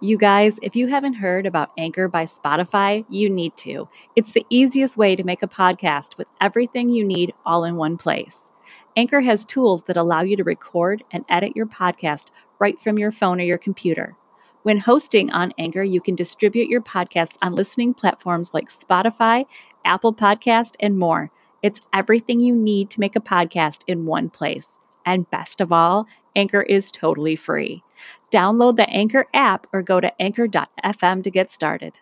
You guys, if you haven't heard about Anchor by Spotify, you need to. It's the easiest way to make a podcast with everything you need all in one place. Anchor has tools that allow you to record and edit your podcast right from your phone or your computer. When hosting on Anchor, you can distribute your podcast on listening platforms like Spotify, Apple Podcast, and more. It's everything you need to make a podcast in one place. And best of all, Anchor is totally free. Download the Anchor app or go to anchor.fm to get started.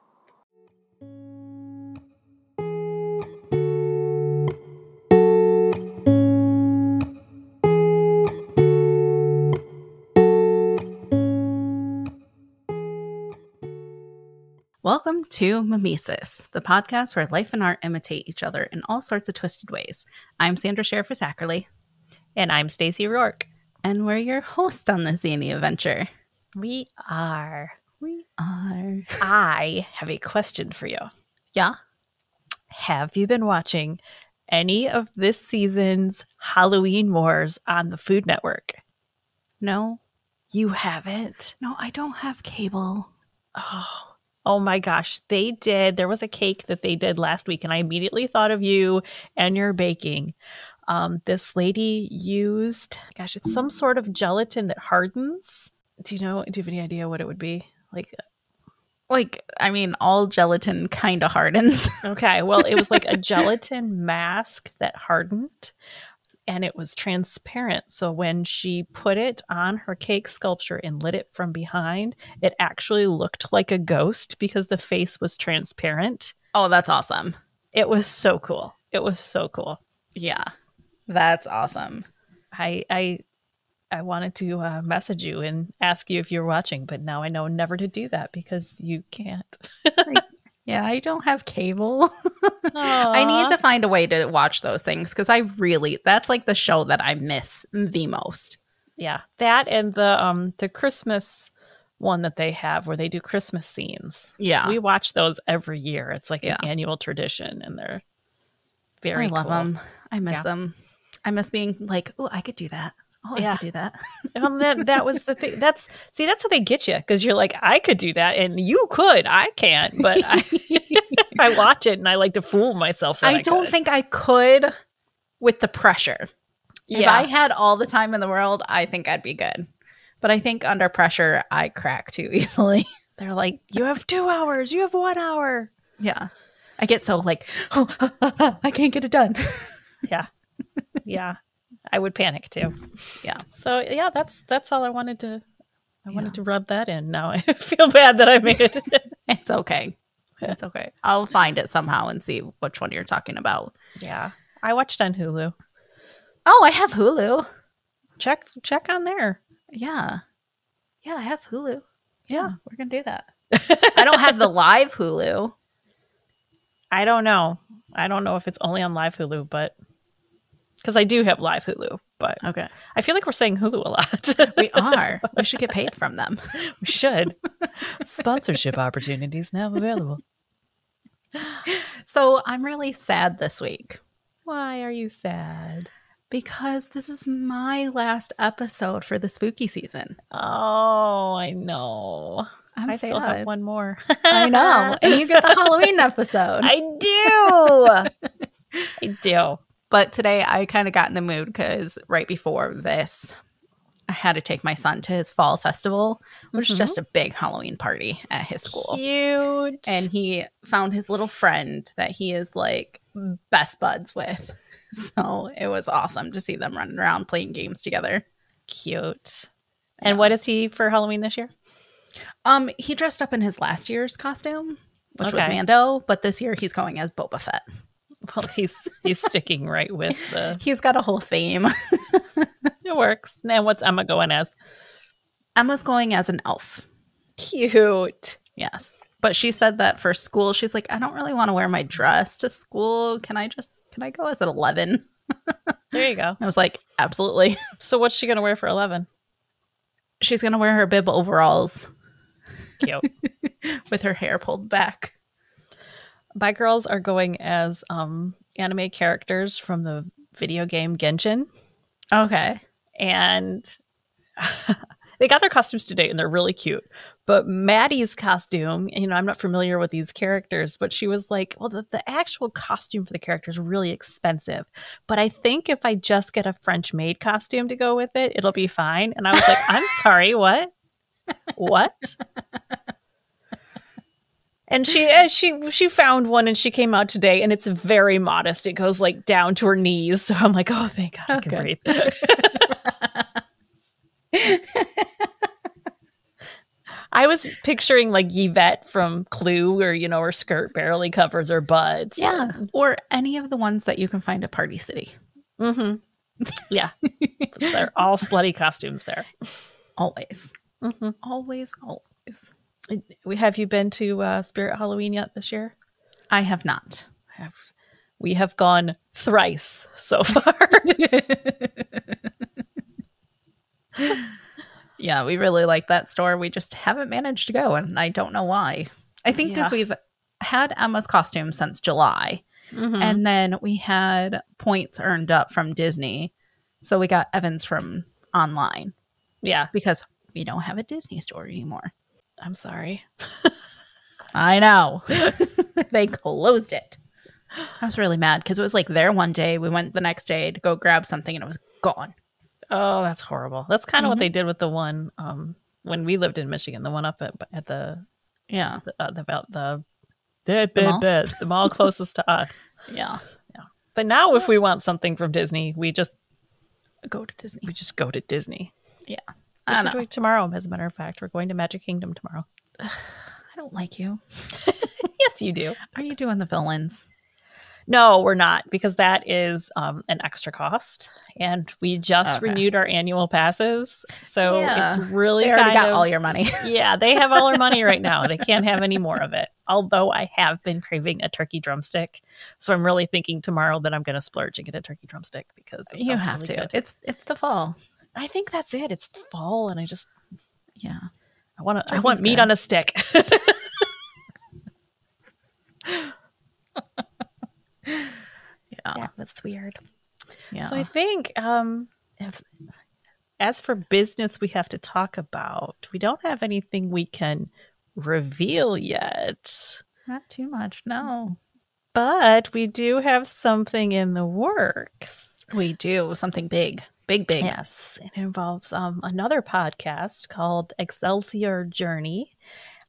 Welcome to Mimesis, the podcast where life and art imitate each other in all sorts of twisted ways. I'm Sandra Sheriff for Sackerly, And I'm Stacey Rourke. and we're your host on this zany adventure. We are. We are. I have a question for you. Yeah. Have you been watching any of this season's Halloween Wars on the Food Network? No. You haven't. No, I don't have cable. Oh, oh my gosh. They did. There was a cake that they did last week, and I immediately thought of you and your baking. Um, this lady used, gosh, it's some sort of gelatin that hardens. Do you know? Do you have any idea what it would be? Like Like, I mean, all gelatin kind of hardens. uh, Okay, well, it was like a gelatin mask that hardened and it was transparent. So when she put it on her cake sculpture and lit it from behind, it actually looked like a ghost because the face was transparent. oh, that's awesome. It was so cool. It was so cool. Yeah. That's awesome. I I I wanted to uh, message you and ask you if you're watching, but now I know never to do that because you can't. Yeah, I don't have cable. I need to find a way to watch those things because I really, that's like the show that I miss the most. yeah that and the um the christmas one that they have where they do christmas scenes Yeah. we watch those every year it's like Yeah. an annual tradition and they're very I love cool. them. I miss Yeah. them. I miss being like, oh, I could do that. Oh, I Yeah. could do that. and that, that was the thing that's see that's how they get you because you're like i could do that and you could i can't but i, I watch it and i like to fool myself that I I, don't could. think I could with the pressure. If I had all the time in the world, I think I'd be good. But I think under pressure, I crack too easily. they're like you have two hours you have one hour yeah. I get so like, oh, I can't get it done. yeah i would panic too Yeah. so yeah that's that's all i wanted to i Yeah. wanted to rub that in now i feel bad that i made it It's okay. It's okay. I'll find it somehow and see which one you're talking about. yeah i watched on hulu Oh, I have Hulu. check check on there Yeah. Yeah, I have Hulu. Yeah, Yeah. we're going to do that. I don't have the live Hulu. i don't know i don't know if it's only on live hulu but because i do have live hulu but Okay. i feel like we're saying hulu a lot We are. we should get paid from them. we should sponsorship opportunities now available So I'm really sad this week why are you sad because this is my last episode for the spooky season. oh i know I'm i sad. still have one more I know. And you get the Halloween episode. I do. I do. but today I kind of got in the mood because right before this, I had to take my son to his fall festival, which Mhm. is just a big Halloween party at his school. Cute. and he found his little friend that he is like best buds with. So it was awesome to see them running around playing games together. cute. And what is he for Halloween this year? Um, he dressed up in his last year's costume, which was Okay. Mando, but this year he's going as Boba Fett. Well, he's he's sticking right with the. He's got a whole theme. It works. And what's Emma going as? Emma's going as an elf. Cute. Yes. But she said that for school, she's like, I don't really want to wear my dress to school. Can I just can I go as an eleven? There you go. I was like, absolutely. So what's she gonna wear for eleven? She's gonna wear her bib overalls Cute. with her hair pulled back. My girls are going as um anime characters from the video game Genshin, Okay. and They got their costumes today and they're really cute. But Maddie's costume, you know, I'm not familiar with these characters, but she was like, well, the, the actual costume for the character is really expensive. But I think if I just get a French maid costume to go with it, it'll be fine. And I was like, I'm sorry, what? What? And she uh, she she found one and she came out today and it's very modest. It goes like down to her knees. So I'm like, oh thank God I can Okay. breathe. I was picturing like Yvette from Clue, where you know her skirt barely covers her butt. yeah. Or any of the ones that you can find at Party City. hmm Yeah, they're all slutty costumes there. Always. hmm Always, always. We have you been to uh, Spirit Halloween yet this year? I have not. I Have we have gone thrice so far? yeah, we really like that store. We just haven't managed to go, and I don't know why. I think because Yeah. we've had Emma's costume since July, Mhm. and then we had points earned up from Disney. So we got Evans from online yeah, because we don't have a Disney store anymore. I'm sorry. I know. they closed it. I was really mad because it was like there one day. We went the next day to go grab something and it was gone. Oh, that's horrible. That's kind of what Mhm. they did with the one um, when we lived in Michigan, the one up at, at the Yeah. the uh, the, the, the, The mall? the, the mall closest to us. Yeah. But now, if we want something from Disney, we just Go to Disney. we just go to Disney. I Which don't we're know. doing tomorrow, as a matter of fact, we're going to Magic Kingdom tomorrow. I don't like you. Yes, you do. Are you doing the villains? No, we're not because that is um, an extra cost, and we just Okay. renewed our annual passes, so Yeah. it's really They already kind got of- all your money. yeah, they have all our money right now. They can't have any more of it. Although I have been craving a turkey drumstick, so I'm really thinking tomorrow that I'm going to splurge and get a turkey drumstick because it you sounds have really to. good. It's it's the fall. I think that's it. It's fall, and I just Yeah. I want to. I Turkey's want meat good. on a stick. Yeah. That was weird. Yeah. So I think, um, if, as for business, we have to talk about. We don't have anything we can reveal yet, Not too much. No. but we do have something in the works. We do something big. Big big. Yes, it involves um, another podcast called Excelsior Journey.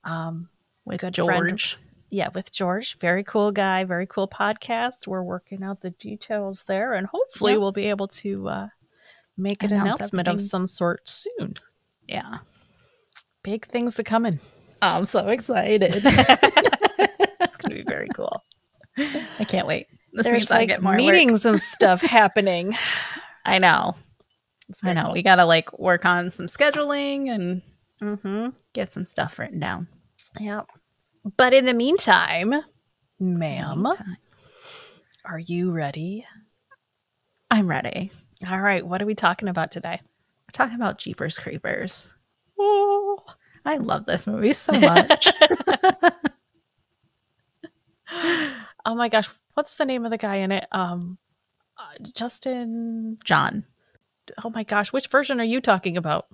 Um, with good friend- George. yeah, with George. Very cool guy, very cool podcast. We're working out the details there, and hopefully Yep. we'll be able to uh, make an Announce announcement of everything. some sort soon. Yeah. Big things are coming. I'm so excited. It's going to be very cool. I can't wait. This There's means I like get more work. meetings and stuff happening. I know. It's I know. We gotta like work on some scheduling and hmm get some stuff written down. Yep. But in the meantime, ma'am, Meantime. are you ready? I'm ready. All right. What are we talking about today? We're talking about Jeepers Creepers. Oh, I love this movie so much. oh my gosh. What's the name of the guy in it? Um, uh, Justin John. oh my gosh, which version are you talking about?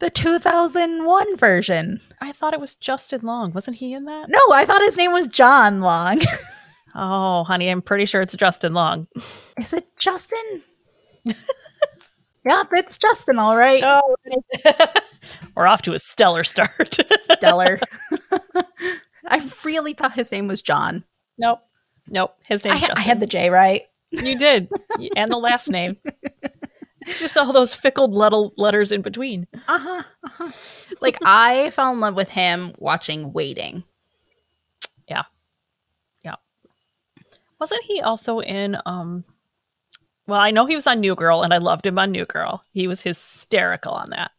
The 2001 version. I thought it was Justin Long. Wasn't he in that? No, I thought his name was John Long. Oh, honey, I'm pretty sure it's Justin Long. Is it Justin? yep, it's Justin, all right. Oh, we're off to a stellar start. Stellar. I really thought his name was John. nope. Nope. His name's I, Justin. I had the J right. you did. And the last name. It's just all those fickle little letters in between. Uh huh. Uh-huh. like I fell in love with him watching Waiting. Wasn't he also in um well, I know he was on New Girl and I loved him on New Girl. He was hysterical on that.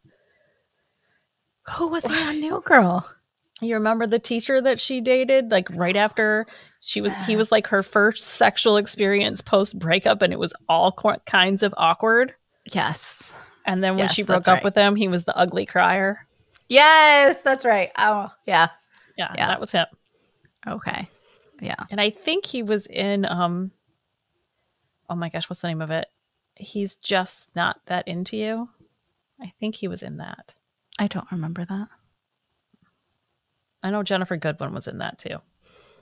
Who was he on New Girl? You remember the teacher that she dated, like right after she was, he was like her first sexual experience post breakup, and it was all qu- kinds of awkward. Yes. And then when Yes, she broke that's up right. with him, he was the ugly crier. Yes, that's right. Oh, yeah. Yeah, Yeah. that was him. Okay. Yeah. And I think he was in, um, oh my gosh, what's the name of it? He's just not that into you. I think he was in that. I don't remember that. I know Jennifer Goodwin was in that too.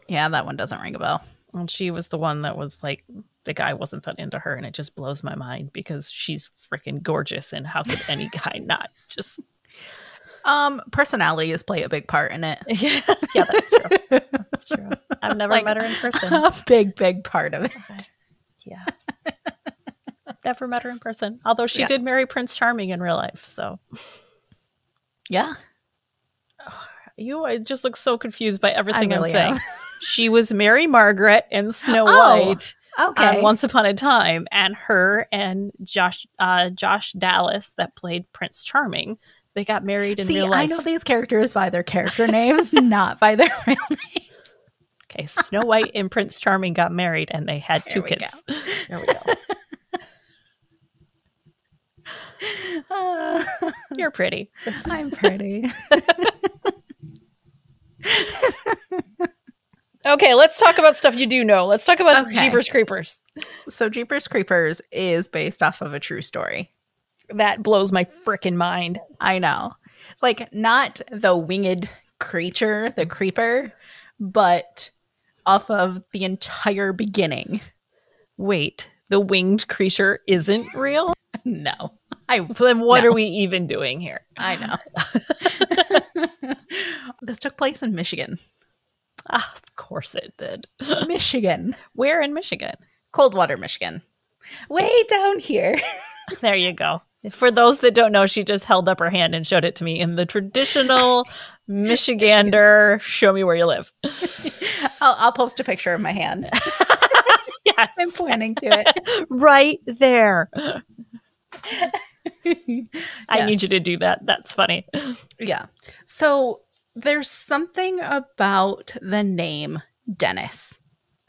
Yeah, that one doesn't ring a bell. And she was the one that was like, the guy wasn't that into her. And it just blows my mind because she's freaking gorgeous. And how could any guy not just. Um, personalities play a big part in it. yeah, that's true. That's true. I've never Like, met her in person. a big, big part of it. Yeah. never met her in person. Although she Yeah. did marry Prince Charming in real life. So Yeah. you I just look so confused by everything really I'm saying. am. she was Mary Margaret and Snow Oh. White. Okay. on Once Upon a Time, and her and Josh uh, Josh Dallas that played Prince Charming, they got married in See, real life. I know these characters by their character names, not by their real names. Okay, Snow White and Prince Charming got married, and they had There two we kids. There we go. You're pretty. I'm pretty. Okay, let's talk about stuff you do know. Let's talk about Okay. Jeepers Creepers. So Jeepers Creepers is based off of a true story. That blows my freaking mind. I know. Like not the winged creature, the creeper, but off of the entire beginning. Wait, the winged creature isn't real? No. I Then what No. are we even doing here? I know. this took place in Michigan. Ah, of course it did. Michigan. Where in Michigan? Coldwater, Michigan. Way down here. There you go. For those that don't know, she just held up her hand and showed it to me in the traditional Michigander, show me where you live. I'll, I'll post a picture of my hand. Yes. I'm pointing to Right there. it. I need Yes. you to do that. That's funny. Yeah. So there's something about the name Dennis,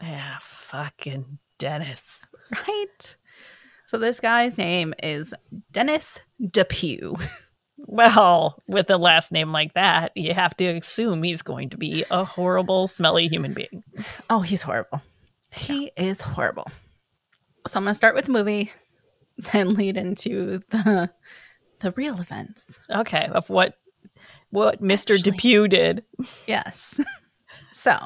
Yeah, Ah, fucking Dennis. right? So this guy's name is Dennis Depew. Well, with a last name like that, you have to assume he's going to be a horrible, smelly human being. Oh, he's horrible. He is horrible. So I'm going to start with the movie, then lead into the the real events. Okay, of what what Mr. Actually- Depew did. Yes. so,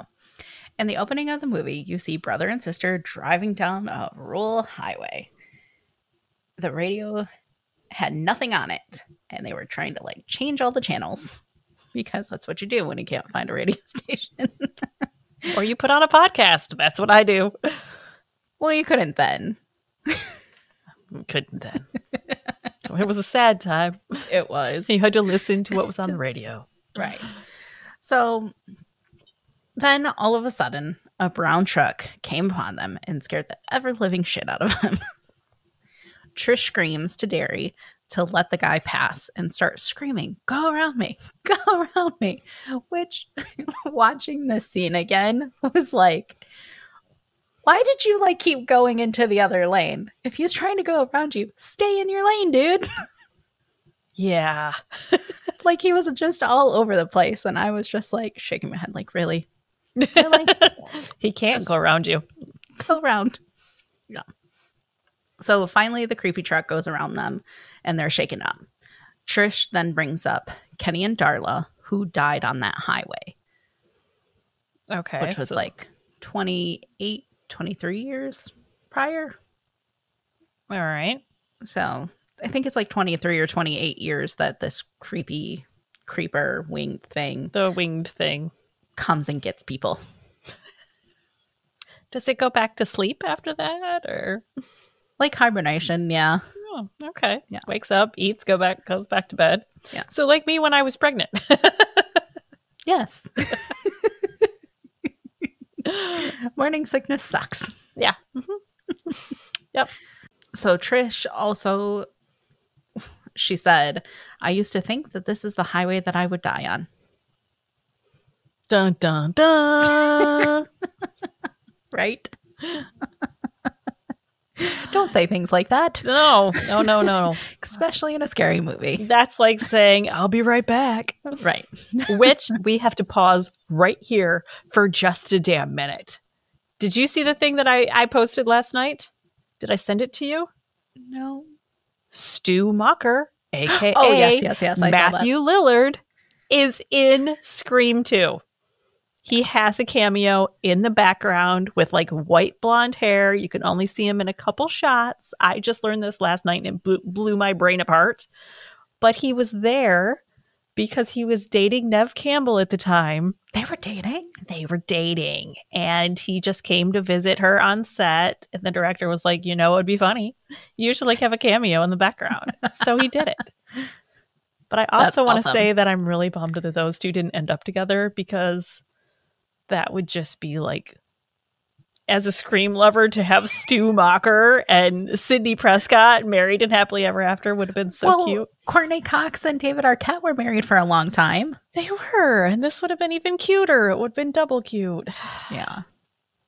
in the opening of the movie, you see brother and sister driving down a rural highway. The radio had nothing on it, and they were trying to like change all the channels because that's what you do when you can't find a radio station. Or you put on a podcast. That's what I do. well, you couldn't then. Couldn't then. So it was a sad time. It was. You had to listen to what was on the radio. Right. So then all of a sudden, a brown truck came upon them and scared the ever living shit out of them. Trish screams to Derry to let the guy pass and start screaming, Go around me, go around me. Which, watching this scene again, was like, Why did you like keep going into the other lane? If he's trying to go around you, stay in your lane, dude. Yeah. like he was just all over the place and i was just like shaking my head like really really He can't Yes. go around you. go around no so finally the creepy truck goes around them and they're shaken up trish then brings up kenny and darla who died on that highway Okay. which was so- like 28 23 years prior all right. so i think it's like 23 or 28 years that this creepy creeper winged thing The winged thing. comes and gets people Does it go back to sleep after that? Or like hibernation yeah oh, okay. Yeah. Wakes up, eats, go back, goes back to bed. Yeah. So like me when I was pregnant. Yes. Morning sickness sucks. yeah. Mhm. yep. So Trish also she said, I used to think that this is the highway that I would die on. Dun dun dun. Right? Don't say things like that, no, no, no, no. especially in a scary movie. That's like saying, I'll be right back. Right. which we have to pause right here for just a damn minute. Did you see the thing that I, I posted last night? Did I send it to you? No. Stu Mocker aka Oh, yes, yes, yes. I saw that. Matthew Lillard, is in Scream 2. He has a cameo in the background with like white blonde hair. You can only see him in a couple shots. I just learned this last night and it blew, blew my brain apart. But he was there because he was dating Nev Campbell at the time. They were dating. They were dating and he just came to visit her on set. And the director was like, you know, it would be funny. You should like have a cameo in the background. so he did it. But I That's also want to awesome. say that I'm really bummed that those two didn't end up together because that would just be like, as a scream lover, to have Stu Mocker and Sidney Prescott married and happily ever after would have been so well, cute. Courtney Cox and David Arquette were married for a long time. They were, and this would have been even cuter. It would have been double cute. Yeah.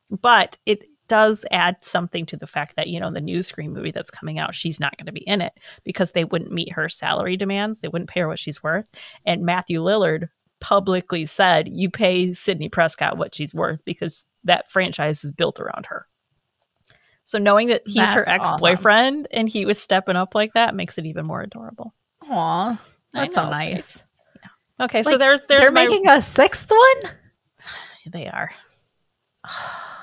But it does add something to the fact that, you know, the new Scream movie that's coming out, she's not going to be in it because they wouldn't meet her salary demands. They wouldn't pay her what she's worth. And Matthew Lillard publicly said, you pay Sydney Prescott what she's worth because that franchise is built around her. So knowing that he's her That's awesome. ex boyfriend and he was stepping up like that makes it even more adorable. Aw. I That's so know, right? nice. Okay, so Like, there's there's They're my- making a sixth one? they are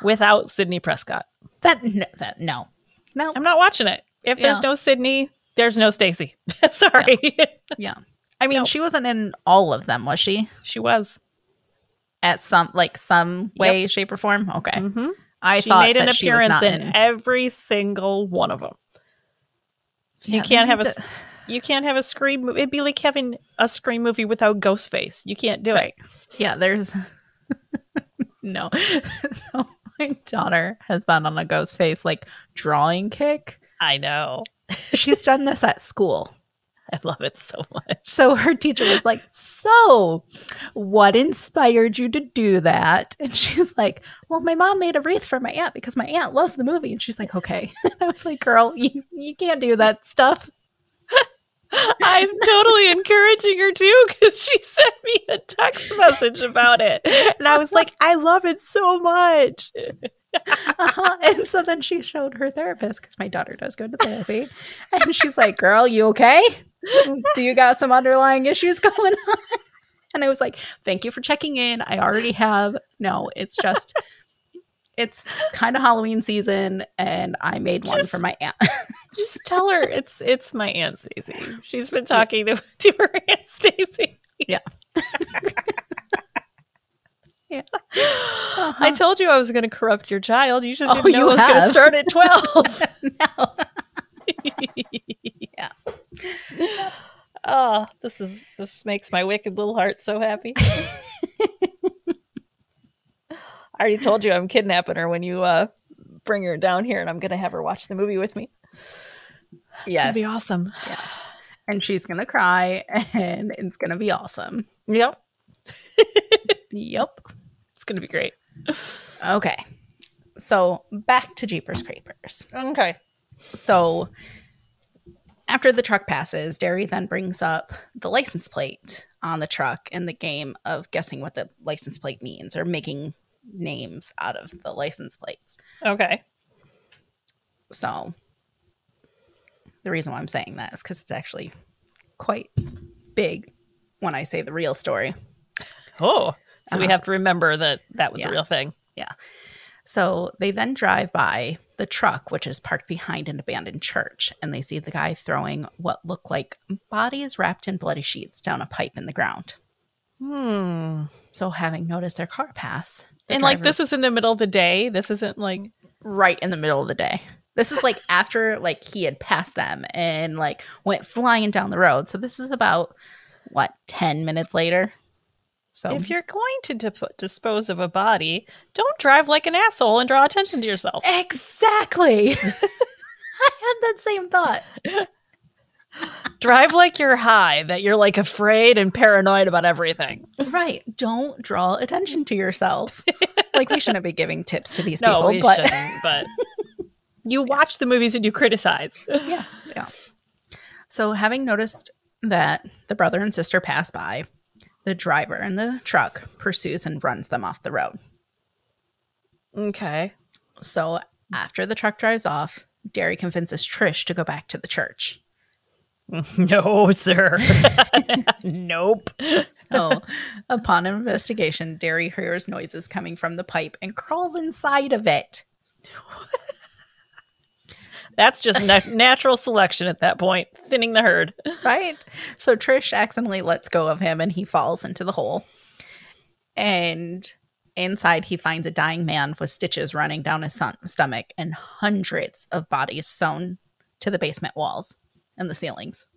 without Sydney Prescott. That no, that no. No. I'm not watching it. If there's Yeah. no Sydney, there's no Stacy. Sorry. Yeah. I mean, No. she wasn't in all of them, was she? she was. At some like some way, shape, or form. Okay. hmm I she thought made an that she was appearance not in, in. every single one of them. Yeah, you can't they have a need s- you can't have a scream. mo- It'd be like having a scream movie without Ghostface. You can't do Right. e- Yeah, there's no. so my daughter has been on a ghost face like drawing kick. it. I know. She's done this at school. I love it so much. So her teacher was like, So, what inspired you to do that? And she's like, Well, my mom made a wreath for my aunt because my aunt loves the movie. And she's like, Okay. I was like, Girl, you, you can't do that stuff. I'm totally encouraging her too because she sent me a text message about it, and I was like, I love it so much. Uh-huh. And so then she showed her therapist because my daughter does go to therapy. And she's like, Girl, you okay? Do you got some underlying issues going on? And I was like, Thank you for checking in. I already have. No, it's just, it's kind of Halloween season. And I made one Just- for my aunt. Just tell her it's it's my aunt Stacy. She's been talking to to her aunt Stacy. Yeah. Yeah. I told you I was going to corrupt your child. You just Oh, didn't know you I was going to have. start at twelve. no. oh, this is this makes my wicked little heart so happy. I already told you I'm kidnapping her when you uh, bring her down here, and I'm going to have her watch the movie with me. It's Yes. going to be awesome. Yes. And she's going to cry and it's going to be awesome. Yep, Yep. it's going to be great. Okay. So back to Jeepers Creepers. Okay. So after the truck passes, Derry then brings up the license plate on the truck in the game of guessing what the license plate means or making names out of the license plates. Okay. So the reason why I'm saying that is because it's actually quite big when I say the real story. Oh, so we Uh-huh. have to remember that that was Yeah. a real thing. So they then drive by the truck, which is parked behind an abandoned church, and they see the guy throwing what look like bodies wrapped in bloody sheets down a pipe in the ground. Hmm. So, having noticed their car pass, the And like driver- this is in the middle of the day. This isn't like right in the middle of the day. This is like after like he had passed them and like went flying down the road. So this is about what ten minutes later. So if you're going to dip- dispose of a body, don't drive like an asshole and draw attention to yourself. Eh. exactly, I had that same thought. drive like you're high, that you're like afraid and paranoid about everything. Right. Don't draw attention to yourself. like we shouldn't be giving tips to these no, we people, but shouldn't. But you watch the movies and you criticize. yeah, yeah. So having noticed that the brother and sister pass by, the driver in the truck pursues and runs them off the road. Okay. So after the truck drives off, Derry convinces Trish to go back to the church. No, sir. nope. So, upon investigation, Derry hears noises coming from the pipe and crawls inside of it. That's just na- natural selection at that point, thinning the herd. Right? So, Trish accidentally lets go of him and he falls into the hole. And inside, he finds a dying man with stitches running down his son- stomach and hundreds of bodies sewn to the basement walls and the ceilings.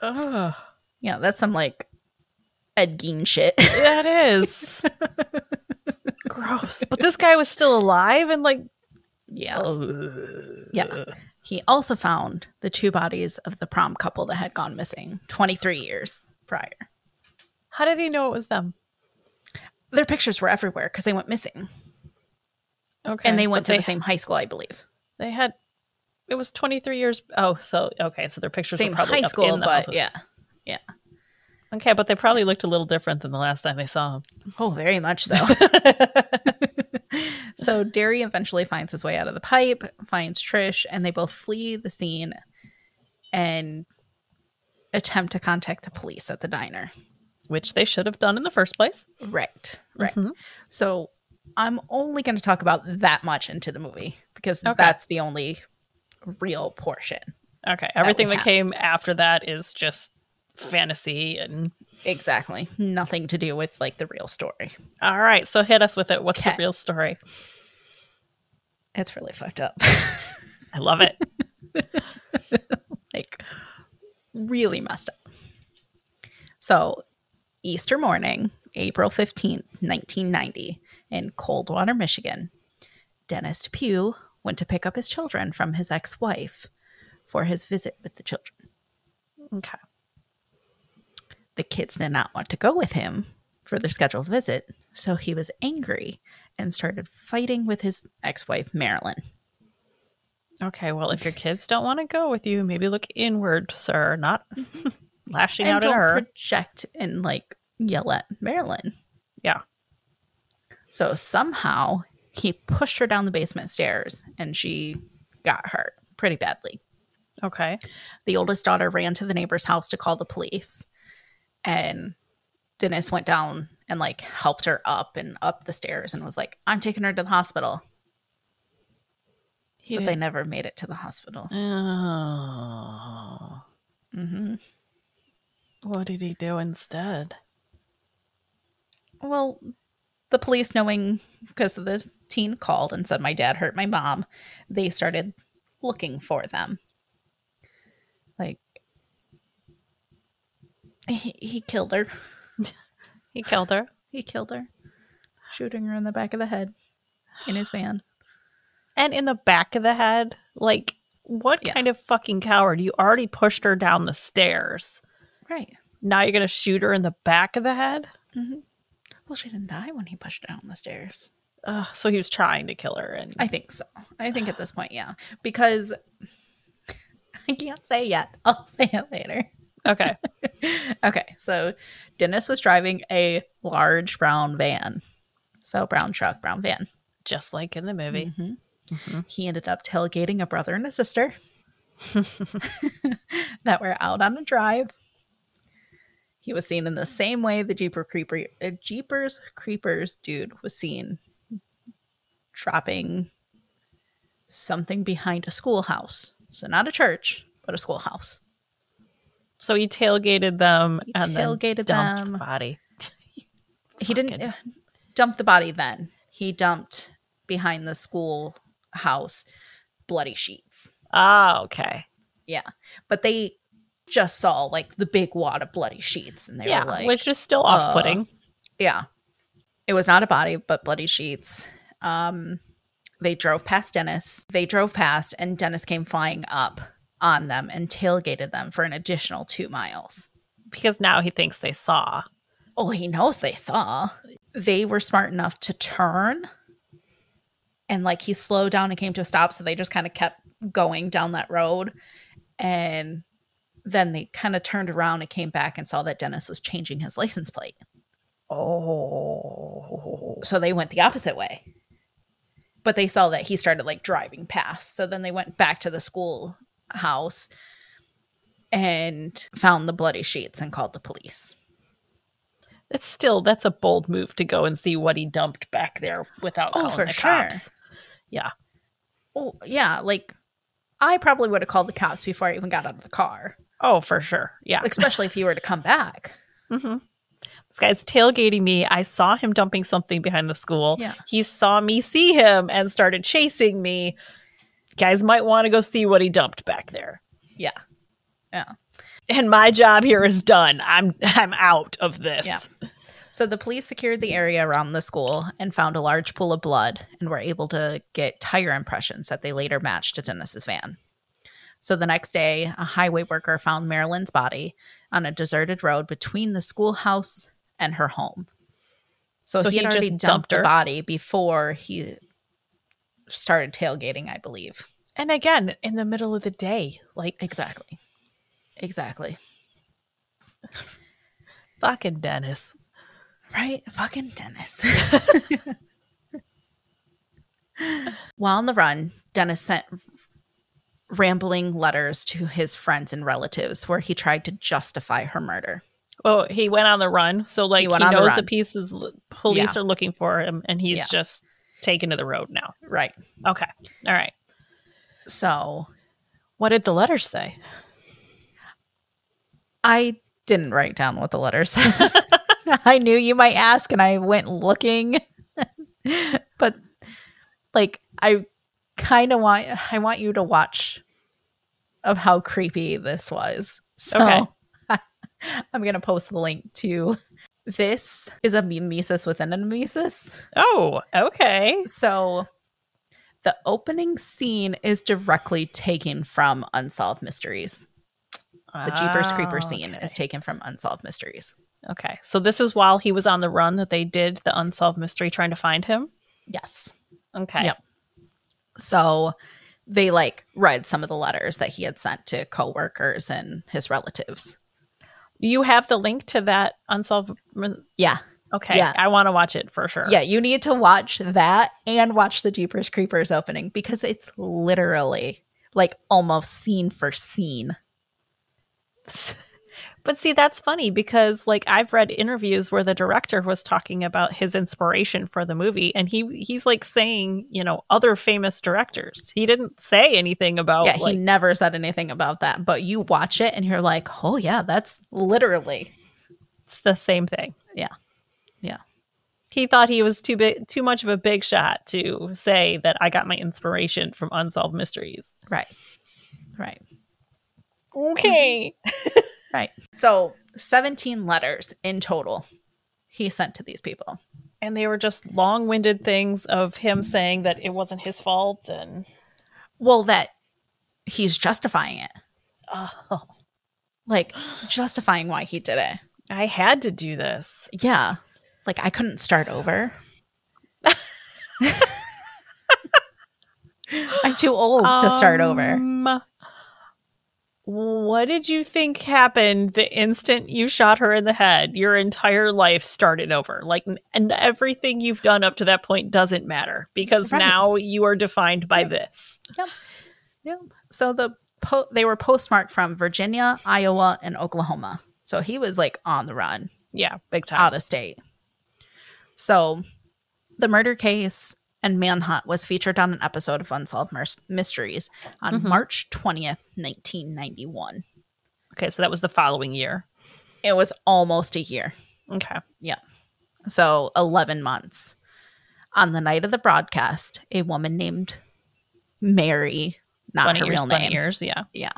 Ugh, Yeah, that's some like Ed Gein shit. that is gross. But this guy was still alive and like. yeah. ugh. Yeah. He also found the two bodies of the prom couple that had gone missing 23 years prior. How did he know it was them? Their pictures were everywhere because they went missing. Okay. And they went but to the same high school, I believe. They had. It was 23 years. Oh, so okay. So their pictures Same were probably high up school, in the but house. yeah. Okay, but they probably looked a little different than the last time they saw him. Oh, very much so. so Derry eventually finds his way out of the pipe, finds Trish, and they both flee the scene and attempt to contact the police at the diner. which they should have done in the first place. Right. Right. Mhm. Mm-hmm. So I'm only going to talk about that much into the movie because Okay. that's the only real portion. Okay, everything that, have. came after that is just fantasy and Exactly. Nothing to do with like the real story. all right so hit us with it what's Okay. the real story It's really fucked up. i love it like really messed up. So, Easter morning, April 15th, 1990, in Coldwater, Michigan, Dennis Pugh went to pick up his children from his ex-wife for his visit with the children. okay The kids did not want to go with him for their scheduled visit, so he was angry and started fighting with his ex wife, Marilyn. okay well if your kids don't want to go with you maybe look inward sir not lashing and out at don't her project and like yell at Marilyn. Yeah. So somehow he pushed her down the basement stairs and she got hurt pretty badly. okay The oldest daughter ran to the neighbor's house to call the police. And Dennis went down and like helped her up and up the stairs and was like, I'm taking her to the hospital. he but they didn't- never made it to the hospital. oh hmm what did he do instead Well, the police, knowing because the teen called and said my dad hurt my mom, they started looking for them. Like he, he killed her. he killed her He killed her, shooting her in the back of the head in his van. and in the back of the head like what Yeah. kind of fucking coward you already pushed her down the stairs Right. now you're gonna shoot her in the back of the head Well, she didn't die when he pushed her down the stairs. Ugh, so he was trying to kill her and I think so. I think at this point, yeah, because I can't say yet. I'll say it later. okay okay, so Dennis was driving a large brown van. So, brown truck, brown van. just like in the movie Mhm. Mhm. He ended up tailgating a brother and a sister that were out on a drive. He was seen in the same way the Jeeper Creeper, uh, Jeepers Creepers dude was seen dropping something behind a schoolhouse. So, not a church, but a schoolhouse. so he tailgated them He and tailgated then dumped the them. body he didn't Fucking- uh, dump the body then he dumped behind the school house bloody sheets ah okay yeah but they just saw like the big wad of bloody sheets and they yeah were like uh, which is still off-putting yeah it was not a body but bloody sheets um they drove past dennis they drove past and dennis came flying up on them and tailgated them for an additional two miles because now he thinks they saw Oh, he knows they saw. They were smart enough to turn. And like he slowed down and came to a stop. So they just kind of kept going down that road. And then they kind of turned around and came back and saw that Dennis was changing his license plate. oh So they went the opposite way. But they saw that he started like driving past. So then they went back to the school house and found the bloody sheets and called the police. It's still that's a bold move to go and see what he dumped back there without Oh, calling for the sure. cops. Yeah. Oh, yeah, like I probably would have called the cops before I even got out of the car, Oh, for sure. Yeah. especially if you were to come back. hmm This guy's tailgating me. I saw him dumping something behind the school. Yeah. He saw me see him and started chasing me. Guys might want to go see what he dumped back there. Yeah. Yeah. And my job here is done. I'm I'm out of this. Yeah. So the police secured the area around the school and found a large pool of blood and were able to get tire impressions that they later matched to Dennis's van. So the next day, a highway worker found Marilyn's body on a deserted road between the schoolhouse and her home. So, So he had he already just dumped dumped the her. body before he started tailgating, I believe. And again, in the middle of the day, like Exactly. Exactly. fucking Dennis. Right? Fucking Dennis. While on the run, Dennis sent rambling letters to his friends and relatives where he tried to justify her murder. Oh, he went on the run. So like he, went on the knows the, run. pieces police Yeah. are looking for him and he's Yeah. just taken to the road now. Right. Okay. All right. So What did the letters say? I didn't write down what the letters said. I knew you might ask and I went looking. but like I kind of want I want you to watch of how creepy this was. So Okay. I'm going to post the link to this is a mimesis within a mimesis. Oh, okay. So the opening scene is directly taken from Unsolved Mysteries. The Jeepers Creeper Ah, scene is taken from Unsolved Mysteries. Okay. So this is while he was on the run that they did the unsolved mystery trying to find him. Yes. Okay. Yep. So they like read some of the letters that he had sent to coworkers and his relatives. You have the link to that unsolved. m- Yeah. Okay. Yeah. I want to watch it for sure. Yeah, you need to watch that and watch the Jeepers Creepers opening because it's literally like almost scene for scene. But see, that's funny because like I've read interviews where the director was talking about his inspiration for the movie and he he's like saying, you know, other famous directors. He didn't say anything about yeah, Oh, like he never said anything about that, but you watch it and you're like, "Oh yeah, that's literally." it's the same thing. Yeah. Yeah. He thought he was too big too much of a big shot to say that I got my inspiration from unsolved mysteries. Right. Right. Okay. Right. So, 17 letters in total he sent to these people. And they were just long-winded things of him saying that it wasn't his fault and Well, that he's justifying it. oh, like justifying why he did it. I had to do this. Yeah. Like I couldn't start over. I'm too old to start over. Um, What did you think happened the instant you shot her in the head? Your entire life started over. Like, n- and everything you've done up to that point doesn't matter because Right. now you are defined by this. So the po- they were postmarked from Virginia, Iowa, and Oklahoma. So he was like on the run, Yeah, big time. out of state. So the murder case and manhunt was featured on an episode of Unsolved Mer- Mysteries on Mhm. March 20th, 1991. Okay, so that was the following year. It was almost a year. Okay. so 11 months. On the night of the broadcast, a woman named Mary, not Bunny her ears, real bunny name, ears, yeah.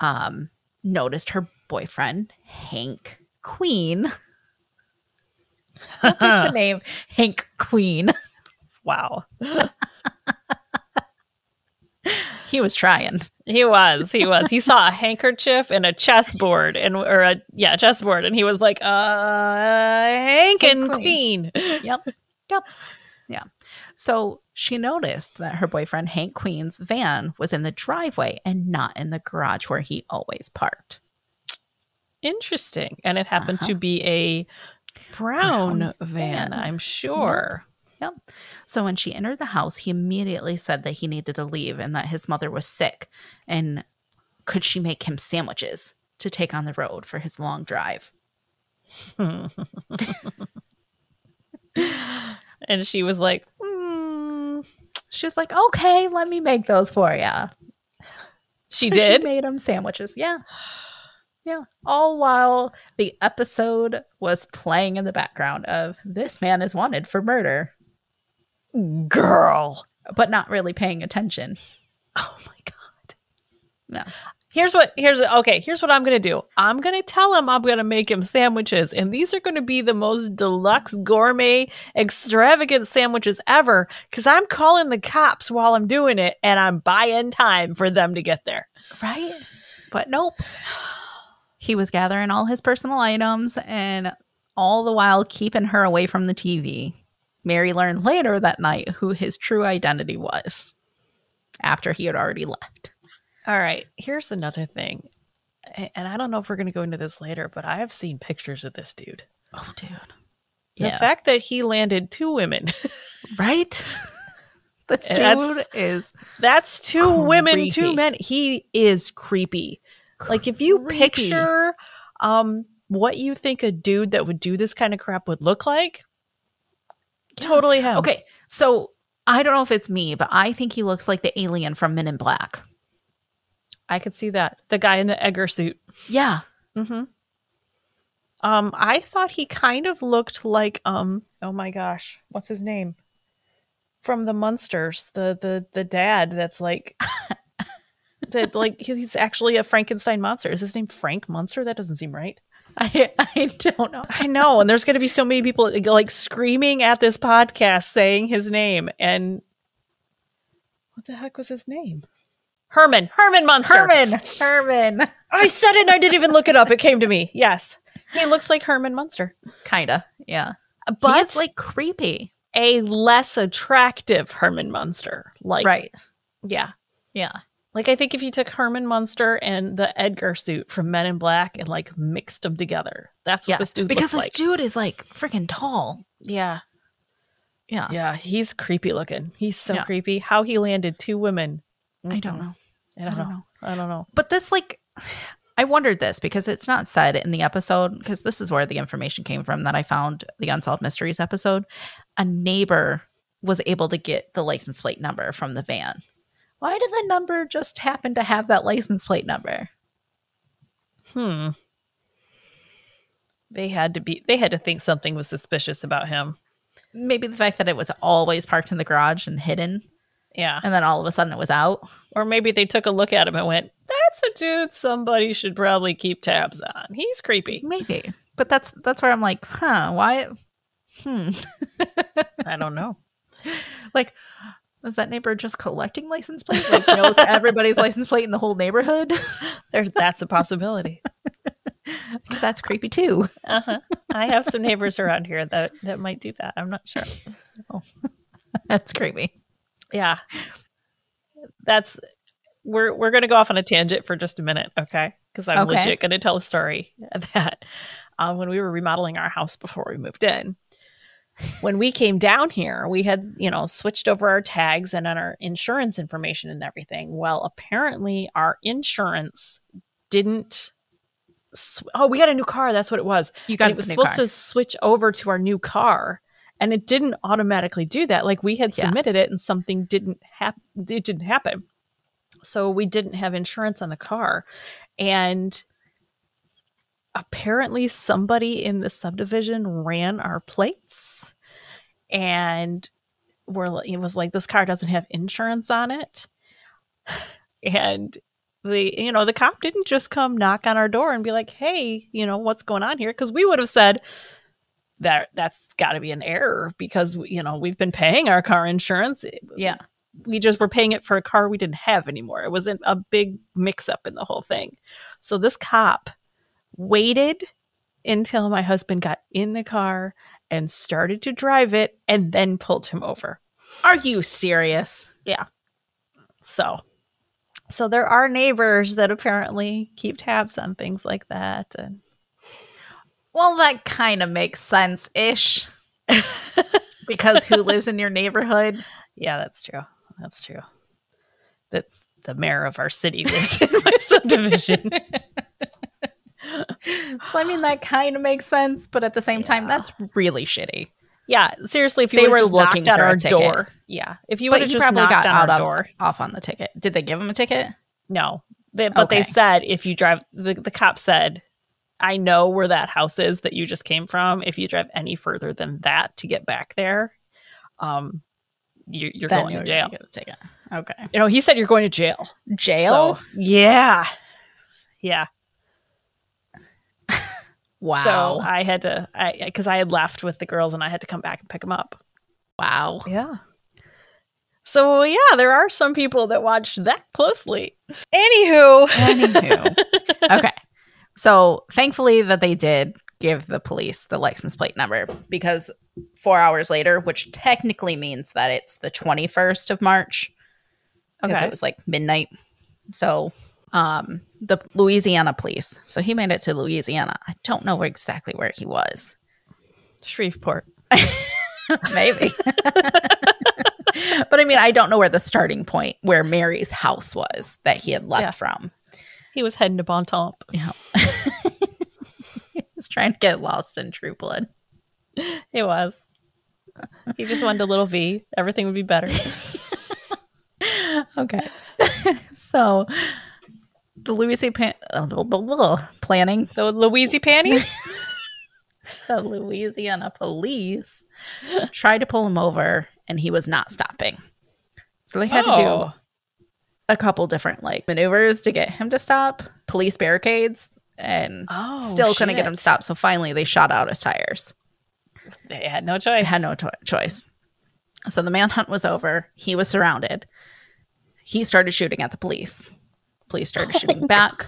um, noticed her boyfriend, Hank Queen. That's the name, Hank Queen. wow. He was trying. He was. He was. He saw a handkerchief and a chessboard and or a yeah, chessboard and he was like, "Uh, Hank and queen. Queen." Yep. Yep. Yeah. So she noticed that her boyfriend, Hank Queen's van, was in the driveway and not in the garage where he always parked. Interesting. And it happened Uh-huh. to be a brown, Brown van, van. I'm sure. So when she entered the house, he immediately said that he needed to leave and that his mother was sick and could she make him sandwiches to take on the road for his long drive? and she was like, mm. She was like, okay, let me make those for you. she did. She made him sandwiches. Yeah. Yeah. All while the episode was playing in the background of this man is wanted for murder, Girl. but not really paying attention. Oh my god. No. Here's what here's okay, here's what I'm gonna do. I'm gonna tell him I'm gonna make him sandwiches, and these are gonna be the most deluxe gourmet extravagant sandwiches ever, because I'm calling the cops while I'm doing it and I'm buying time for them to get there. Right? But nope. He was gathering all his personal items and all the while keeping her away from the TV. Mary learned later that night who his true identity was after he had already left. All right, here's another thing. A- And I don't know if we're gonna go into this later, but I have seen pictures of this dude. Oh, dude. The Yeah. fact that he landed two women. right? this dude That's- is That's two women, two Creepy. men. He is creepy. Like if you Creepy. picture um what you think a dude that would do this kind of crap would look like, totally him. Okay, so I don't know if it's me, but I think he looks like the alien from Men in Black. I could see that. The guy in the Egger suit. Yeah. Mhm. Um I thought he kind of looked like um oh my gosh, what's his name? From the Munsters, the the the dad that's like that like he's actually a Frankenstein monster. Is his name Frank Munster? That doesn't seem right. I, I don't know. I know, and there's going to be so many people like screaming at this podcast saying his name. And what the heck was his name? Herman. Herman Munster. Herman. Herman. I said it and I didn't even look it up. It came to me. Yes. He looks like Herman Munster. Kinda. Yeah. But But it's like creepy. a less attractive Herman Munster. Like right. yeah. Yeah. Like I think if you took Herman Munster and the Edgar suit from Men in Black and like mixed them together, that's Yeah. what this dude because this looks like. dude is like freaking tall. yeah. Yeah. Yeah, he's creepy looking. He's so Ah. Yeah. creepy. How he landed two women. I don't Mm-mm. know. I don't, know. I don't know. But this like I wondered this because it's not said in the episode because this is where the information came from that I found the unsolved mysteries episode. A neighbor was able to get the license plate number from the van. Why did the number just happen to have that license plate number? Hmm. They had to be they had to think something was suspicious about him. Maybe the fact that it was always parked in the garage and hidden Yeah. and then all of a sudden it was out. Or maybe they took a look at him and went, That's a dude somebody should probably keep tabs on. He's creepy. Maybe. But that's that's where I'm like, "Huh, why hmm I don't know. like was that neighbor just collecting license plates? Like knows everybody's license plate in the whole neighborhood? There that's a possibility. Because that's creepy too. Uh-huh. I have some neighbors around here that, that might do that. I'm not sure. That's creepy. Yeah. That's we're we're gonna go off on a tangent for just a minute, okay? Because I'm Okay. legit gonna tell a story that um, when we were remodeling our house before we moved in. When we came down here, we had, you know, switched over our tags and on our insurance information and everything. Well, apparently our insurance didn't sw- Oh, we got a new car. That's what it was You and it was supposed to switch over to our new car and it didn't automatically do that like we had Yeah. submitted it and something didn't happen it didn't happen so we didn't have insurance on the car and apparently somebody in the subdivision ran our plates and we're li- it was like this car doesn't have insurance on it and the you know the cop didn't just come knock on our door and be like hey you know what's going on here because we would have said that that's got to be an error because you know we've been paying our car insurance yeah. we just were paying it for a car we didn't have anymore. It wasn't a big mix up in the whole thing. So this cop waited until my husband got in the car and started to drive it and then pulled him over. Are you serious? So so there are neighbors that apparently keep tabs on things like that and Well, that kind of makes sense ish. because who lives in your neighborhood? yeah, that's true. That's true. That the mayor of our city lives in my subdivision. So I mean, that kind of makes sense, but at the same time, Yeah. that's really shitty. Yeah, seriously, if you They would've were just looking knocked on for a our ticket. door, yeah, if you would but have he just probably knocked got on out our on, door, off on the ticket. Did they give him a ticket? no. They, but Okay. they said if you drive, the, the cop said, "I know where that house is that you just came from. If you drive any further than that to get back there, um, you're, you're Then going you to were jail." gonna Get a ticket. Okay. You know, he said you're going to jail. Jail? So, yeah, yeah. wow. So I had to, I because I had left with the girls and I had to come back and pick them up. wow. Yeah. So yeah, there are some people that watch that closely. Anywho, Anywho. okay. So thankfully that they did give the police the license plate number because four hours later, which technically means that it's the 21st of March, because Okay. it was like midnight. So um the Louisiana police. So he made it to Louisiana. I don't know where exactly where he was. Shreveport. Maybe. but I mean, I don't know where the starting point where Mary's house was that he had left Yeah. from. He was heading to Bontemp. He was trying to get lost in true blood. It was. He just wanted a little V. Everything would be better. Okay. so the Louisiana pan- uh, blah, blah, blah, planning, The Louisi panties. the Louisiana police tried to pull him over and he was not stopping. So they had Oh. to do a couple different like maneuvers to get him to stop, police barricades, and Oh, still couldn't get shit. him stopped. So finally they shot out his tires. They had no choice. I had no to- choice. So the manhunt was over. He was surrounded. He started shooting at the police. Police Oh started shooting back.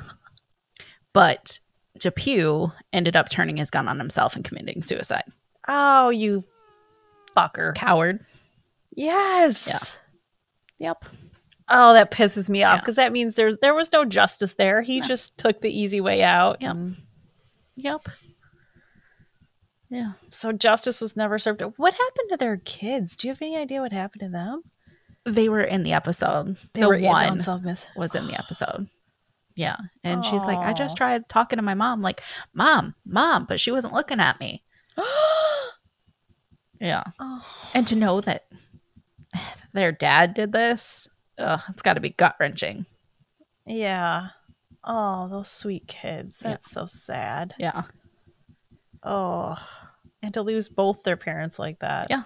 But Depew ended up turning his gun on himself and committing suicide. Oh, you fucker. Coward. Yes. Yeah. Yep. Oh, that pisses me off Yeah. because that means there's there was no justice there. He No. just took the easy way out. Yep. and Yep. Yeah. So justice was never served. What happened to their kids? Do you have any idea what happened to them? They were in the episode. They the were in one Unsolved Mys- was in the episode. Yeah. And she's like, I just Aw. tried talking to my mom, like, Mom, Mom, but she wasn't looking at me. Yeah. oh, and to know that their dad did this ugh, it's got to be gut wrenching yeah. Oh, those sweet kids. Yeah. That's so sad. yeah Oh, and to lose both their parents like that. Yeah.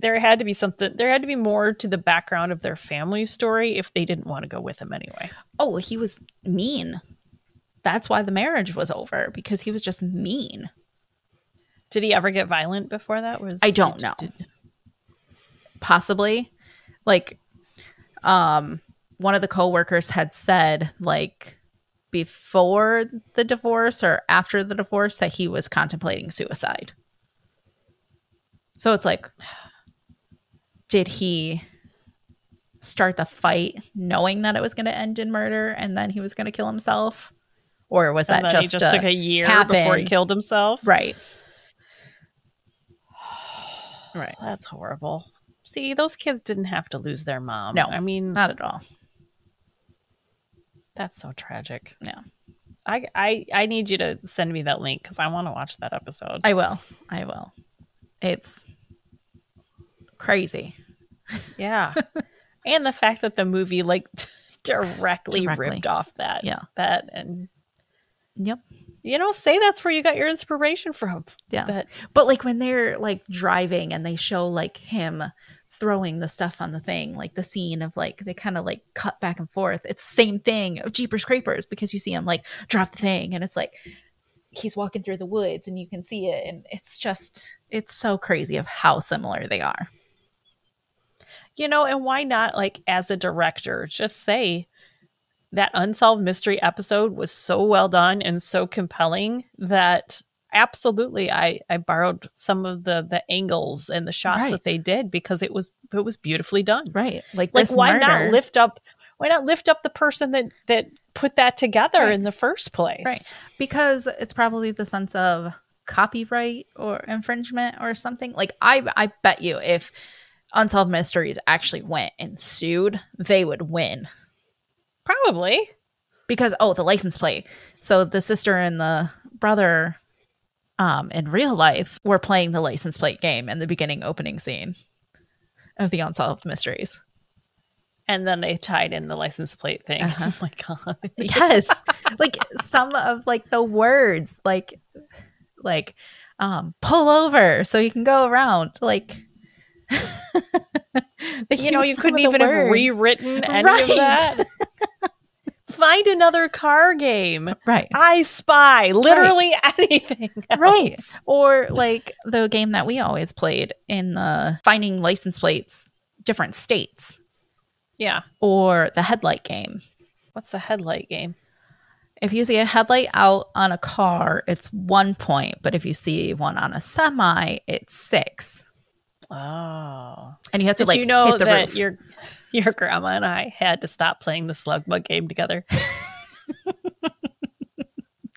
There had to be something. There had to be more to the background of their family story if they didn't want to go with him anyway. oh he was mean that's why the marriage was over because he was just mean Did he ever get violent before that? Was I don't did- know. did- possibly like um one of the coworkers had said like before the divorce or after the divorce that he was contemplating suicide so it's like did he start the fight knowing that it was going to end in murder and then he was going to kill himself or was and that then just, uh, he just a- took a year before he happen. killed himself. right right That's horrible. See, those kids didn't have to lose their mom. No. Uh, I mean not at all that's so tragic. Yeah. I I I need you to send me that link because I want to watch that episode. I will. I will. It's crazy. yeah, and the fact that the movie like directly, Directly. ripped off that. Yeah. that and Yep. you know say that's where you got your inspiration from. Yeah. That But like when they're like driving and they show like him throwing the stuff on the thing, like the scene of like they kind of like cut back and forth. It's the same thing of Jeepers Creepers because you see him like drop the thing and it's like he's walking through the woods and you can see it and it's just it's so crazy of how similar they are. you know, and why not like as a director just say that unsolved mystery episode was so well done and so compelling that absolutely I I borrowed some of the the angles and the shots Right. that they did because it was it was beautifully done. Right. Like Like this why murder- not lift up why not lift up the person that that put that together Right. in the first place? Right. because it's probably the sense of copyright or infringement or something like i i bet you if Unsolved Mysteries actually went and sued, they would win Probably. because oh, the license plate. So the sister and the brother um in real life were playing the license plate game in the beginning opening scene of the Unsolved Mysteries. And then they tied in the license plate thing. Uh-huh. Oh my god. yes like some of like the words like like um pull over so you can go around like you know, you couldn't even have reread rewritten any of Right. that. Find another car game. right I spy literally anything. else. right or like the game that we always played in the finding license plates different states Yeah. or the headlight game What's the headlight game? if you see a headlight out on a car it's one point but if you see one on a semi it's six Oh. and you have to Did like you know hit the that roof. your your grandma and I had to stop playing the slug bug game together?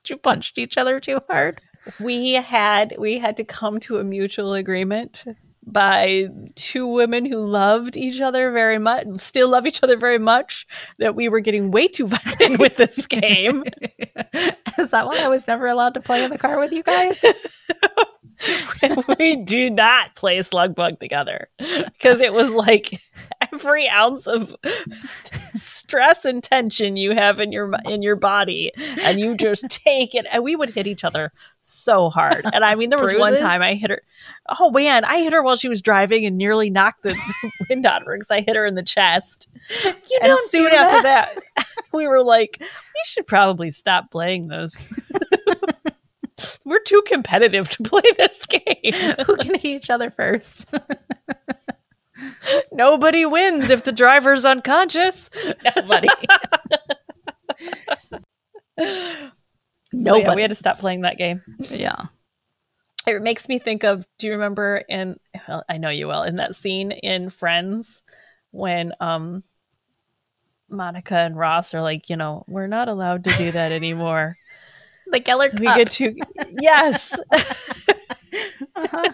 you punched each other too hard. we had we had to come to a mutual agreement by two women who loved each other very much still love each other very much that we were getting way too violent with this game Is that why I was never allowed to play in the car with you guys? we do not play slug bug together because it was like every ounce of stress and tension you have in your in your body and you just take it and we would hit each other so hard and i mean there was one Bruises? time i hit her oh man i hit her while she was driving and nearly knocked the wind out of her because i hit her in the chest You and soon after that we were like we should probably stop playing those we're too competitive to play this game Who can hit each other first? Nobody wins if the driver's unconscious. Nobody. So, yeah, we Nobody. had to stop playing that game. yeah. It makes me think of do you remember in well, I know you will in that scene in Friends when um Monica and Ross are like, you know, we're not allowed to do that anymore. The Geller We Cup. get to Yes. Uh-huh.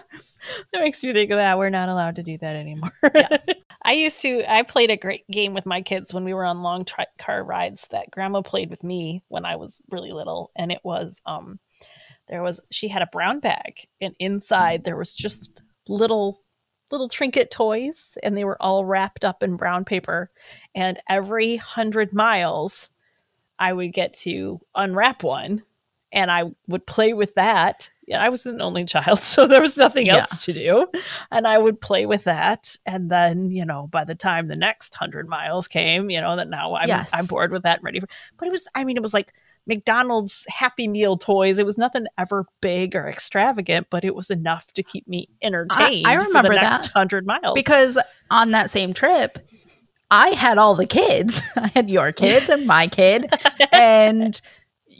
That makes me think of that. We're not allowed to do that anymore. Yeah. I used to, I played a great game with my kids when we were on long tri- car rides that grandma played with me when I was really little. And it was, um, there was, she had a brown bag and inside there was just little, little trinket toys and they were all wrapped up in brown paper. And every hundred miles, I would get to unwrap one and I would play with that. Yeah, I was an only child, so there was nothing Yeah. else to do. And I would play with that. And then, you know, by the time the next hundred miles came, you know, that now I'm, Yes. I'm bored with that and ready for but it was I mean, it was like McDonald's Happy Meal toys. It was nothing ever big or extravagant, but it was enough to keep me entertained remember for the that. next hundred miles. Because on that same trip, I had all the kids. I had your kids and my kid, and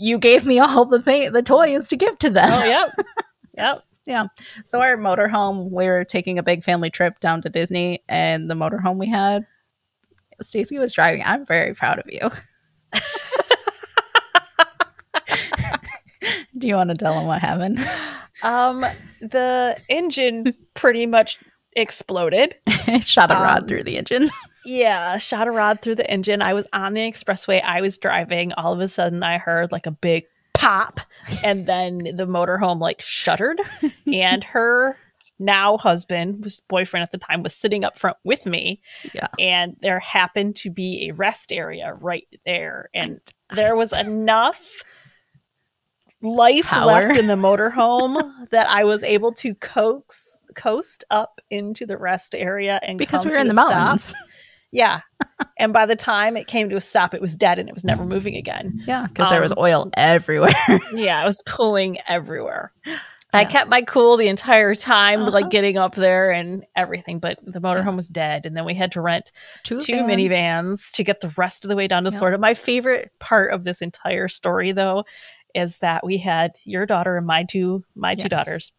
you gave me all the thing, the toys to give to them. Oh yep. yep. So our motorhome, we were taking a big family trip down to Disney, and the motorhome we had, Stacy was driving. I'm very proud of you. Do you want to tell them what happened? Um the engine pretty much exploded. Shot a rod Um, through the engine. Yeah, shot a rod through the engine. I was on the expressway. I was driving. All of a sudden, I heard like a big pop, and then the motorhome like shuddered. and her now husband, was boyfriend at the time, was sitting up front with me. Yeah. And there happened to be a rest area right there, and there was enough life Power. left in the motorhome that I was able to coax coast up into the rest area and Because we come were to in the a stop. mountains. Yeah. and by the time it came to a stop, it was dead and it was never moving again. Yeah, because there was Um, oil everywhere. Yeah, I was pulling everywhere. I Yeah. kept my cool the entire time, Uh-huh. like getting up there and everything, but the motorhome was dead. And then we had to rent two minivans to get the rest of the way down to Yep. Florida. My favorite part of this entire story, though, is that we had your daughter and my two my two Yes. daughters,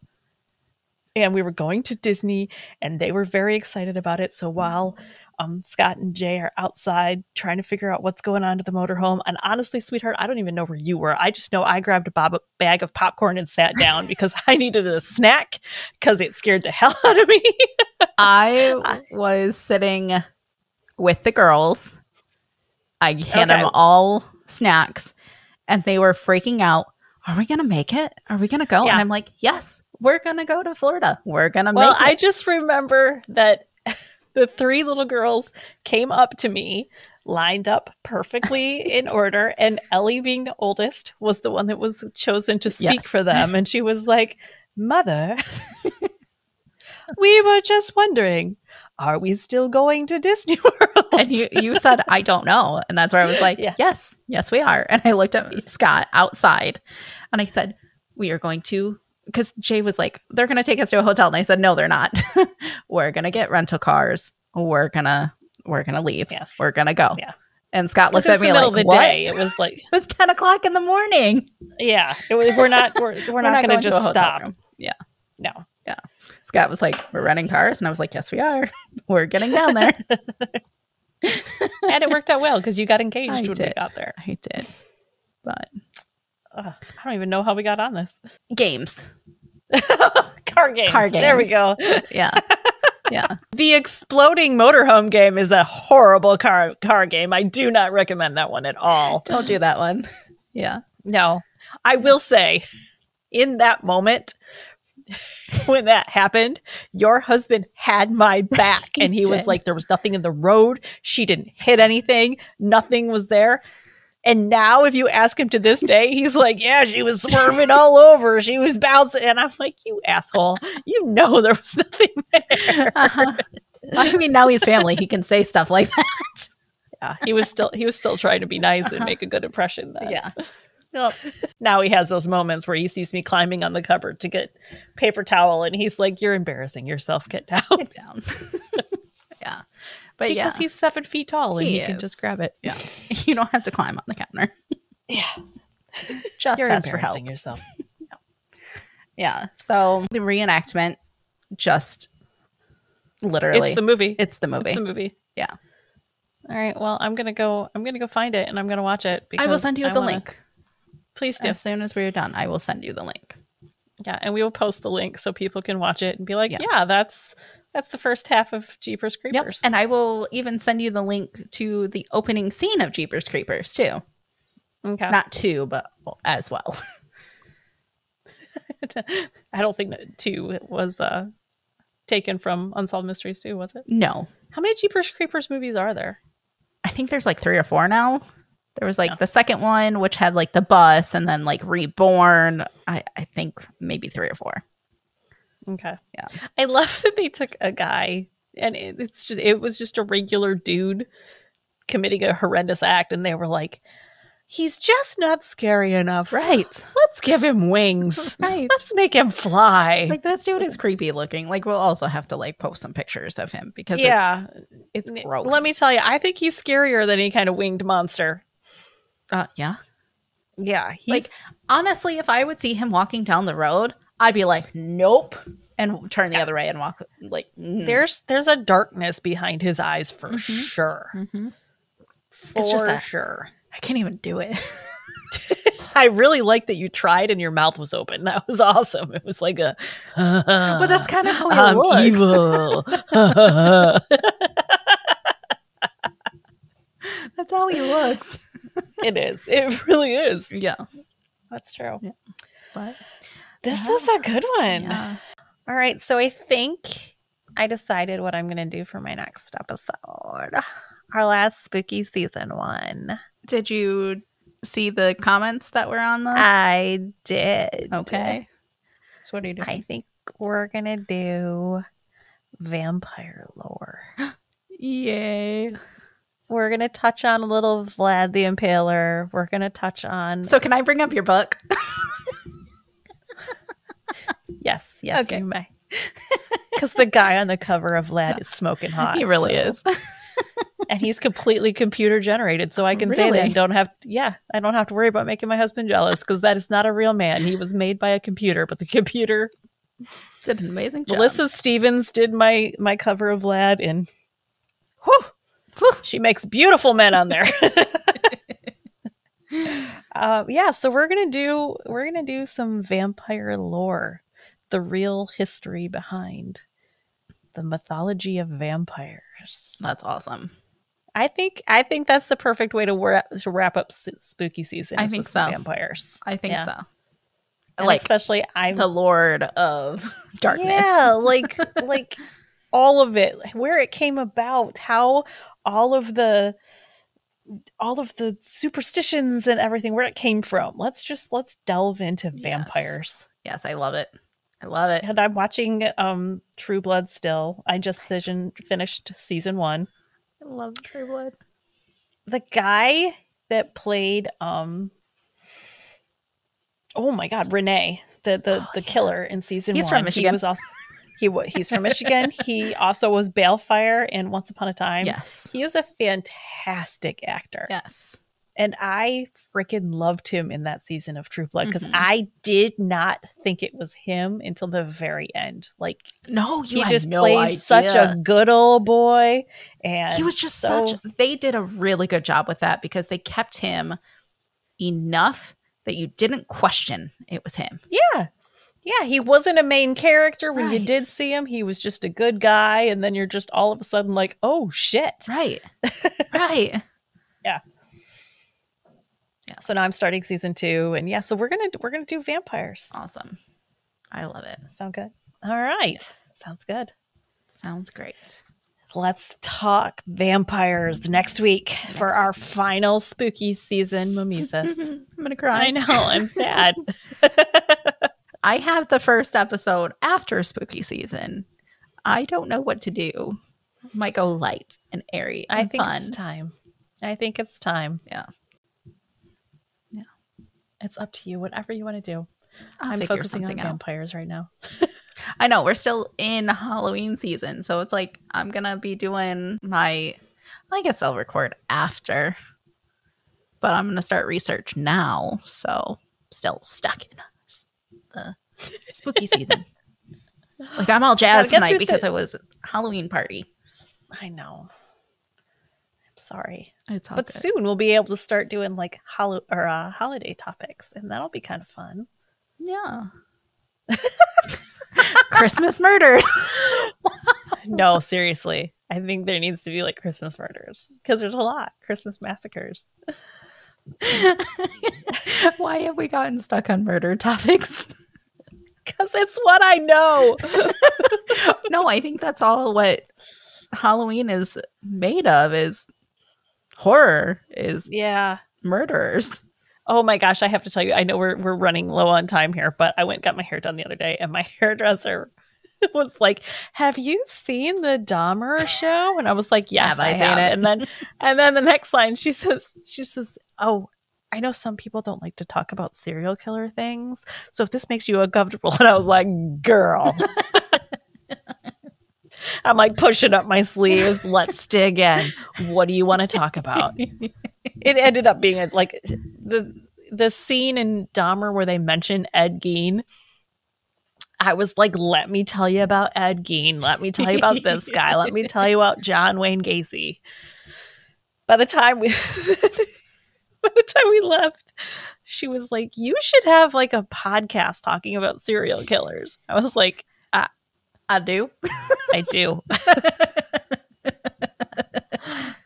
and we were going to Disney, and they were very excited about it. So while um, Scott and Jay are outside trying to figure out what's going on to the motorhome, and honestly, sweetheart, I don't even know where you were. I just know I grabbed a bob- bag of popcorn and sat down because I needed a snack because it scared the hell out of me. I was sitting with the girls. I had Okay. them all snacks, and they were freaking out. Are we gonna make it? Are we gonna go? Yeah. And I'm like, yes, we're gonna go to Florida. We're gonna Well, make I it. just remember that the three little girls came up to me, lined up perfectly in order, and Ellie, being the oldest, was the one that was chosen to speak Yes. for them. And she was like, Mother, we were just wondering, are we still going to Disney World? and you, you said I don't know, and that's where I was like, Yeah. yes, yes, we are. And I looked at Scott outside, and I said, we are going to because Jay was like, they're gonna take us to a hotel, and I said, no, they're not. we're gonna get rental cars. We're gonna we're gonna leave. Yeah. We're gonna go. Yeah. And Scott Because looks it was at me the middle like, of the what? day. It was like, It was ten o'clock in the morning. yeah, it was, we're not, we're, we're, not, going to a just hotel stop. room. Yeah. No. Scott was like, we're renting cars, and I was like, yes, we are. we're getting down there. And it worked out well because you got engaged I when we did. got there. I did. But Ugh, I don't even know how we got on this. games. car games. Car There we games. go. Yeah. yeah. The exploding motorhome game is a horrible car car game. I do not recommend that one at all. Don't do that one. Yeah. No. I will say in that moment when that happened, your husband had my back and he was did. like there was nothing in the road. She didn't hit anything. Nothing was there. And now if you ask him to this day, he's like, "Yeah, she was swerving all over. She was bouncing." And I'm like, "You asshole. You know there was nothing there." Uh-huh. I mean, now he's family. He can say stuff like that. yeah, he was still he was still trying to be nice and Uh-huh. make a good impression. Then. Yeah. Now he has those moments where he sees me climbing on the cupboard to get paper towel, and he's like, "You're embarrassing yourself. Get down." Get down. yeah. But because yeah, he's seven feet tall and He he, can is. just grab it. you don't have to climb on the counter. Yeah, Just you're ask embarrassing for help. yourself. Yeah. So the reenactment just literally It's the movie. It's the movie. It's the movie. Yeah. All right. Well, I'm gonna go. I'm gonna go find it and I'm gonna watch it. I will because send you I the wanna- link. Please do. As soon as we're done, I will send you the link. Yeah, and we will post the link so people can watch it and be like, Yeah. "Yeah, that's that's the first half of Jeepers Yep. Creepers." And I will even send you the link to the opening scene of Jeepers Creepers, too. okay. Not two, but as well. I don't think that two was uh, taken from Unsolved Mysteries too, was it? No. How many Jeepers Creepers movies are there? I think there's like three or four now. There was like Yeah. the second one, which had like the bus and then like reborn. I, I think maybe three or four. Okay. Yeah. I love that they took a guy and it, it's just it was just a regular dude committing a horrendous act and they were like he's just not scary enough. Right. Let's give him wings. Right. Let's make him fly. Like this dude is creepy looking. Like we'll also have to like post some pictures of him because yeah. yeah. it's, N- it's gross. Let me tell you, I think he's scarier than any kind of winged monster. uh, yeah. Yeah, Like, honestly, if I would see him walking down the road, I'd be like, nope, and turn the other way and walk like mm. there's there's a darkness behind his eyes for Mhm. sure. Mhm. For just that- sure. I can't even do it. I really like that you tried and your mouth was open. That was awesome. It was like a Oh, but that's kind of how he I'm looks. evil. it That's how he looks. is. It really is. yeah. That's true. But This Yeah. was a good one. yeah. All right, so I think I decided what I'm going to do for my next episode. Our last spooky season one. Did you see the comments that were on the? I did. okay. So what are you doing? I think we're gonna do vampire lore. Yay! We're gonna touch on a little Vlad the Impaler. We're gonna touch on So can I bring up your book? yes, yes, Okay. you may. Because the guy on the cover of Vlad is smoking hot. he really so- is. and he's completely computer generated. So I can say that Really? and don't have yeah, I don't have to worry about making my husband jealous because that is not a real man. He was made by a computer, but the computer Did an amazing job. Melissa Stevens did my my cover of Vlad, and whew, Whew. she makes beautiful men on there. uh, yeah, so we're gonna do we're gonna do some vampire lore, the real history behind The mythology of vampires. That's awesome. I think I think that's the perfect way to wrap, to wrap up s- spooky season. I is think with some so. Vampires. I think Yeah. so. And like especially I'm the Lord of Darkness. Yeah, like like all of it, like, where it came about, how all of the all of the superstitions and everything where it came from. Let's just let's delve into Yes. vampires. Yes, I love it. I love it. And I'm watching um True Blood still. I just vision, finished season 1. I love True Blood. The guy that played um Oh my god, Renee, the the, Oh, the yeah. killer in season He's 1. from Michigan. He was also he, wa- he's from Michigan. he also was Balefire in Once Upon a Time. yes. He is a fantastic actor. Yes. And I freaking loved him in that season of True Blood because Mhm. I did not think it was him until the very end. Like No, you he had just no played idea. such a good old boy. And he was just so- such they did a really good job with that because they kept him enough that you didn't question it was him. yeah. Yeah, he wasn't a main character when you Right. did see him. He was just a good guy, and then you're just all of a sudden like, "Oh shit!" Right. right. So now I'm starting season two, and yeah, so we're gonna we're gonna do vampires. Awesome. I love it. Sound good? All right, sounds good. Sounds great. Let's talk vampires next week for Next our final spooky season, Mimesis. I'm going to I cry. know, I'm sad. I have the first episode after spooky season. I don't know what to do. Might go light and airy and I think fun. it's time. I think it's time. Yeah. Yeah. It's up to you, whatever you want to do. I'll am figure focusing on something out. vampires right now. I know we're still in Halloween season, so it's like I'm gonna be doing my. I guess I'll record after, but I'm gonna start research now. So still stuck in s- the spooky season. like I'm all jazzed get tonight through because the- it was Halloween party. I know. I'm sorry. It's all but soon we'll be able to start doing like hol- or, uh, holiday topics, and that'll be kind of fun. yeah. Christmas murders. no, seriously. I think there needs to be like Christmas murders because there's a lot Christmas massacres. Why have we gotten stuck on murder topics? Because it's what I know. no, I think that's all what Halloween is made of is horror is yeah. murderers. Oh my gosh, I have to tell you, I know we're we're running low on time here, but I went and got my hair done the other day and my hairdresser was like, Have you seen the Dahmer show? And I was like, Yes, Have I I, seen have. it? And then and then the next line she says she says, Oh, I know some people don't like to talk about serial killer things. So if this makes you uncomfortable, and I was like, girl. I'm like pushing up my sleeves. Let's dig in. What do you want to talk about? it ended up being a, like the the scene in Dahmer where they mention Ed Gein. I was like, let me tell you about Ed Gein. Let me tell you about this guy. Let me tell you about John Wayne Gacy. By the time we by the time we left, she was like, "You should have like a podcast talking about serial killers." I was like, I do. "I do."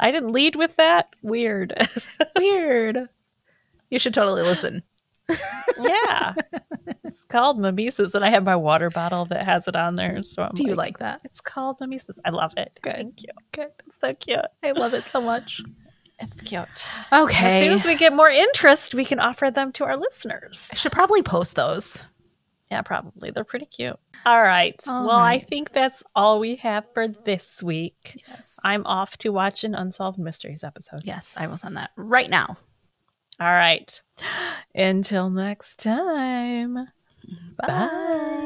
I didn't lead with that. Weird. Weird. You should totally listen. yeah. It's called Mimesis, and I have my water bottle that has it on there. So I'm Do you like that? It's called Mimesis. I love it. Good. Thank you. Good. It's so cute. I love it so much. It's cute. As soon Okay. as we get more interest, we can offer them to our listeners. I should probably post those. Yeah, probably. They're pretty cute. All right. All well, I right. think that's all we have for this week. Yes. I'm off to watch an Unsolved Mysteries episode. yes, I will send that right now. All right. Until next time. Bye.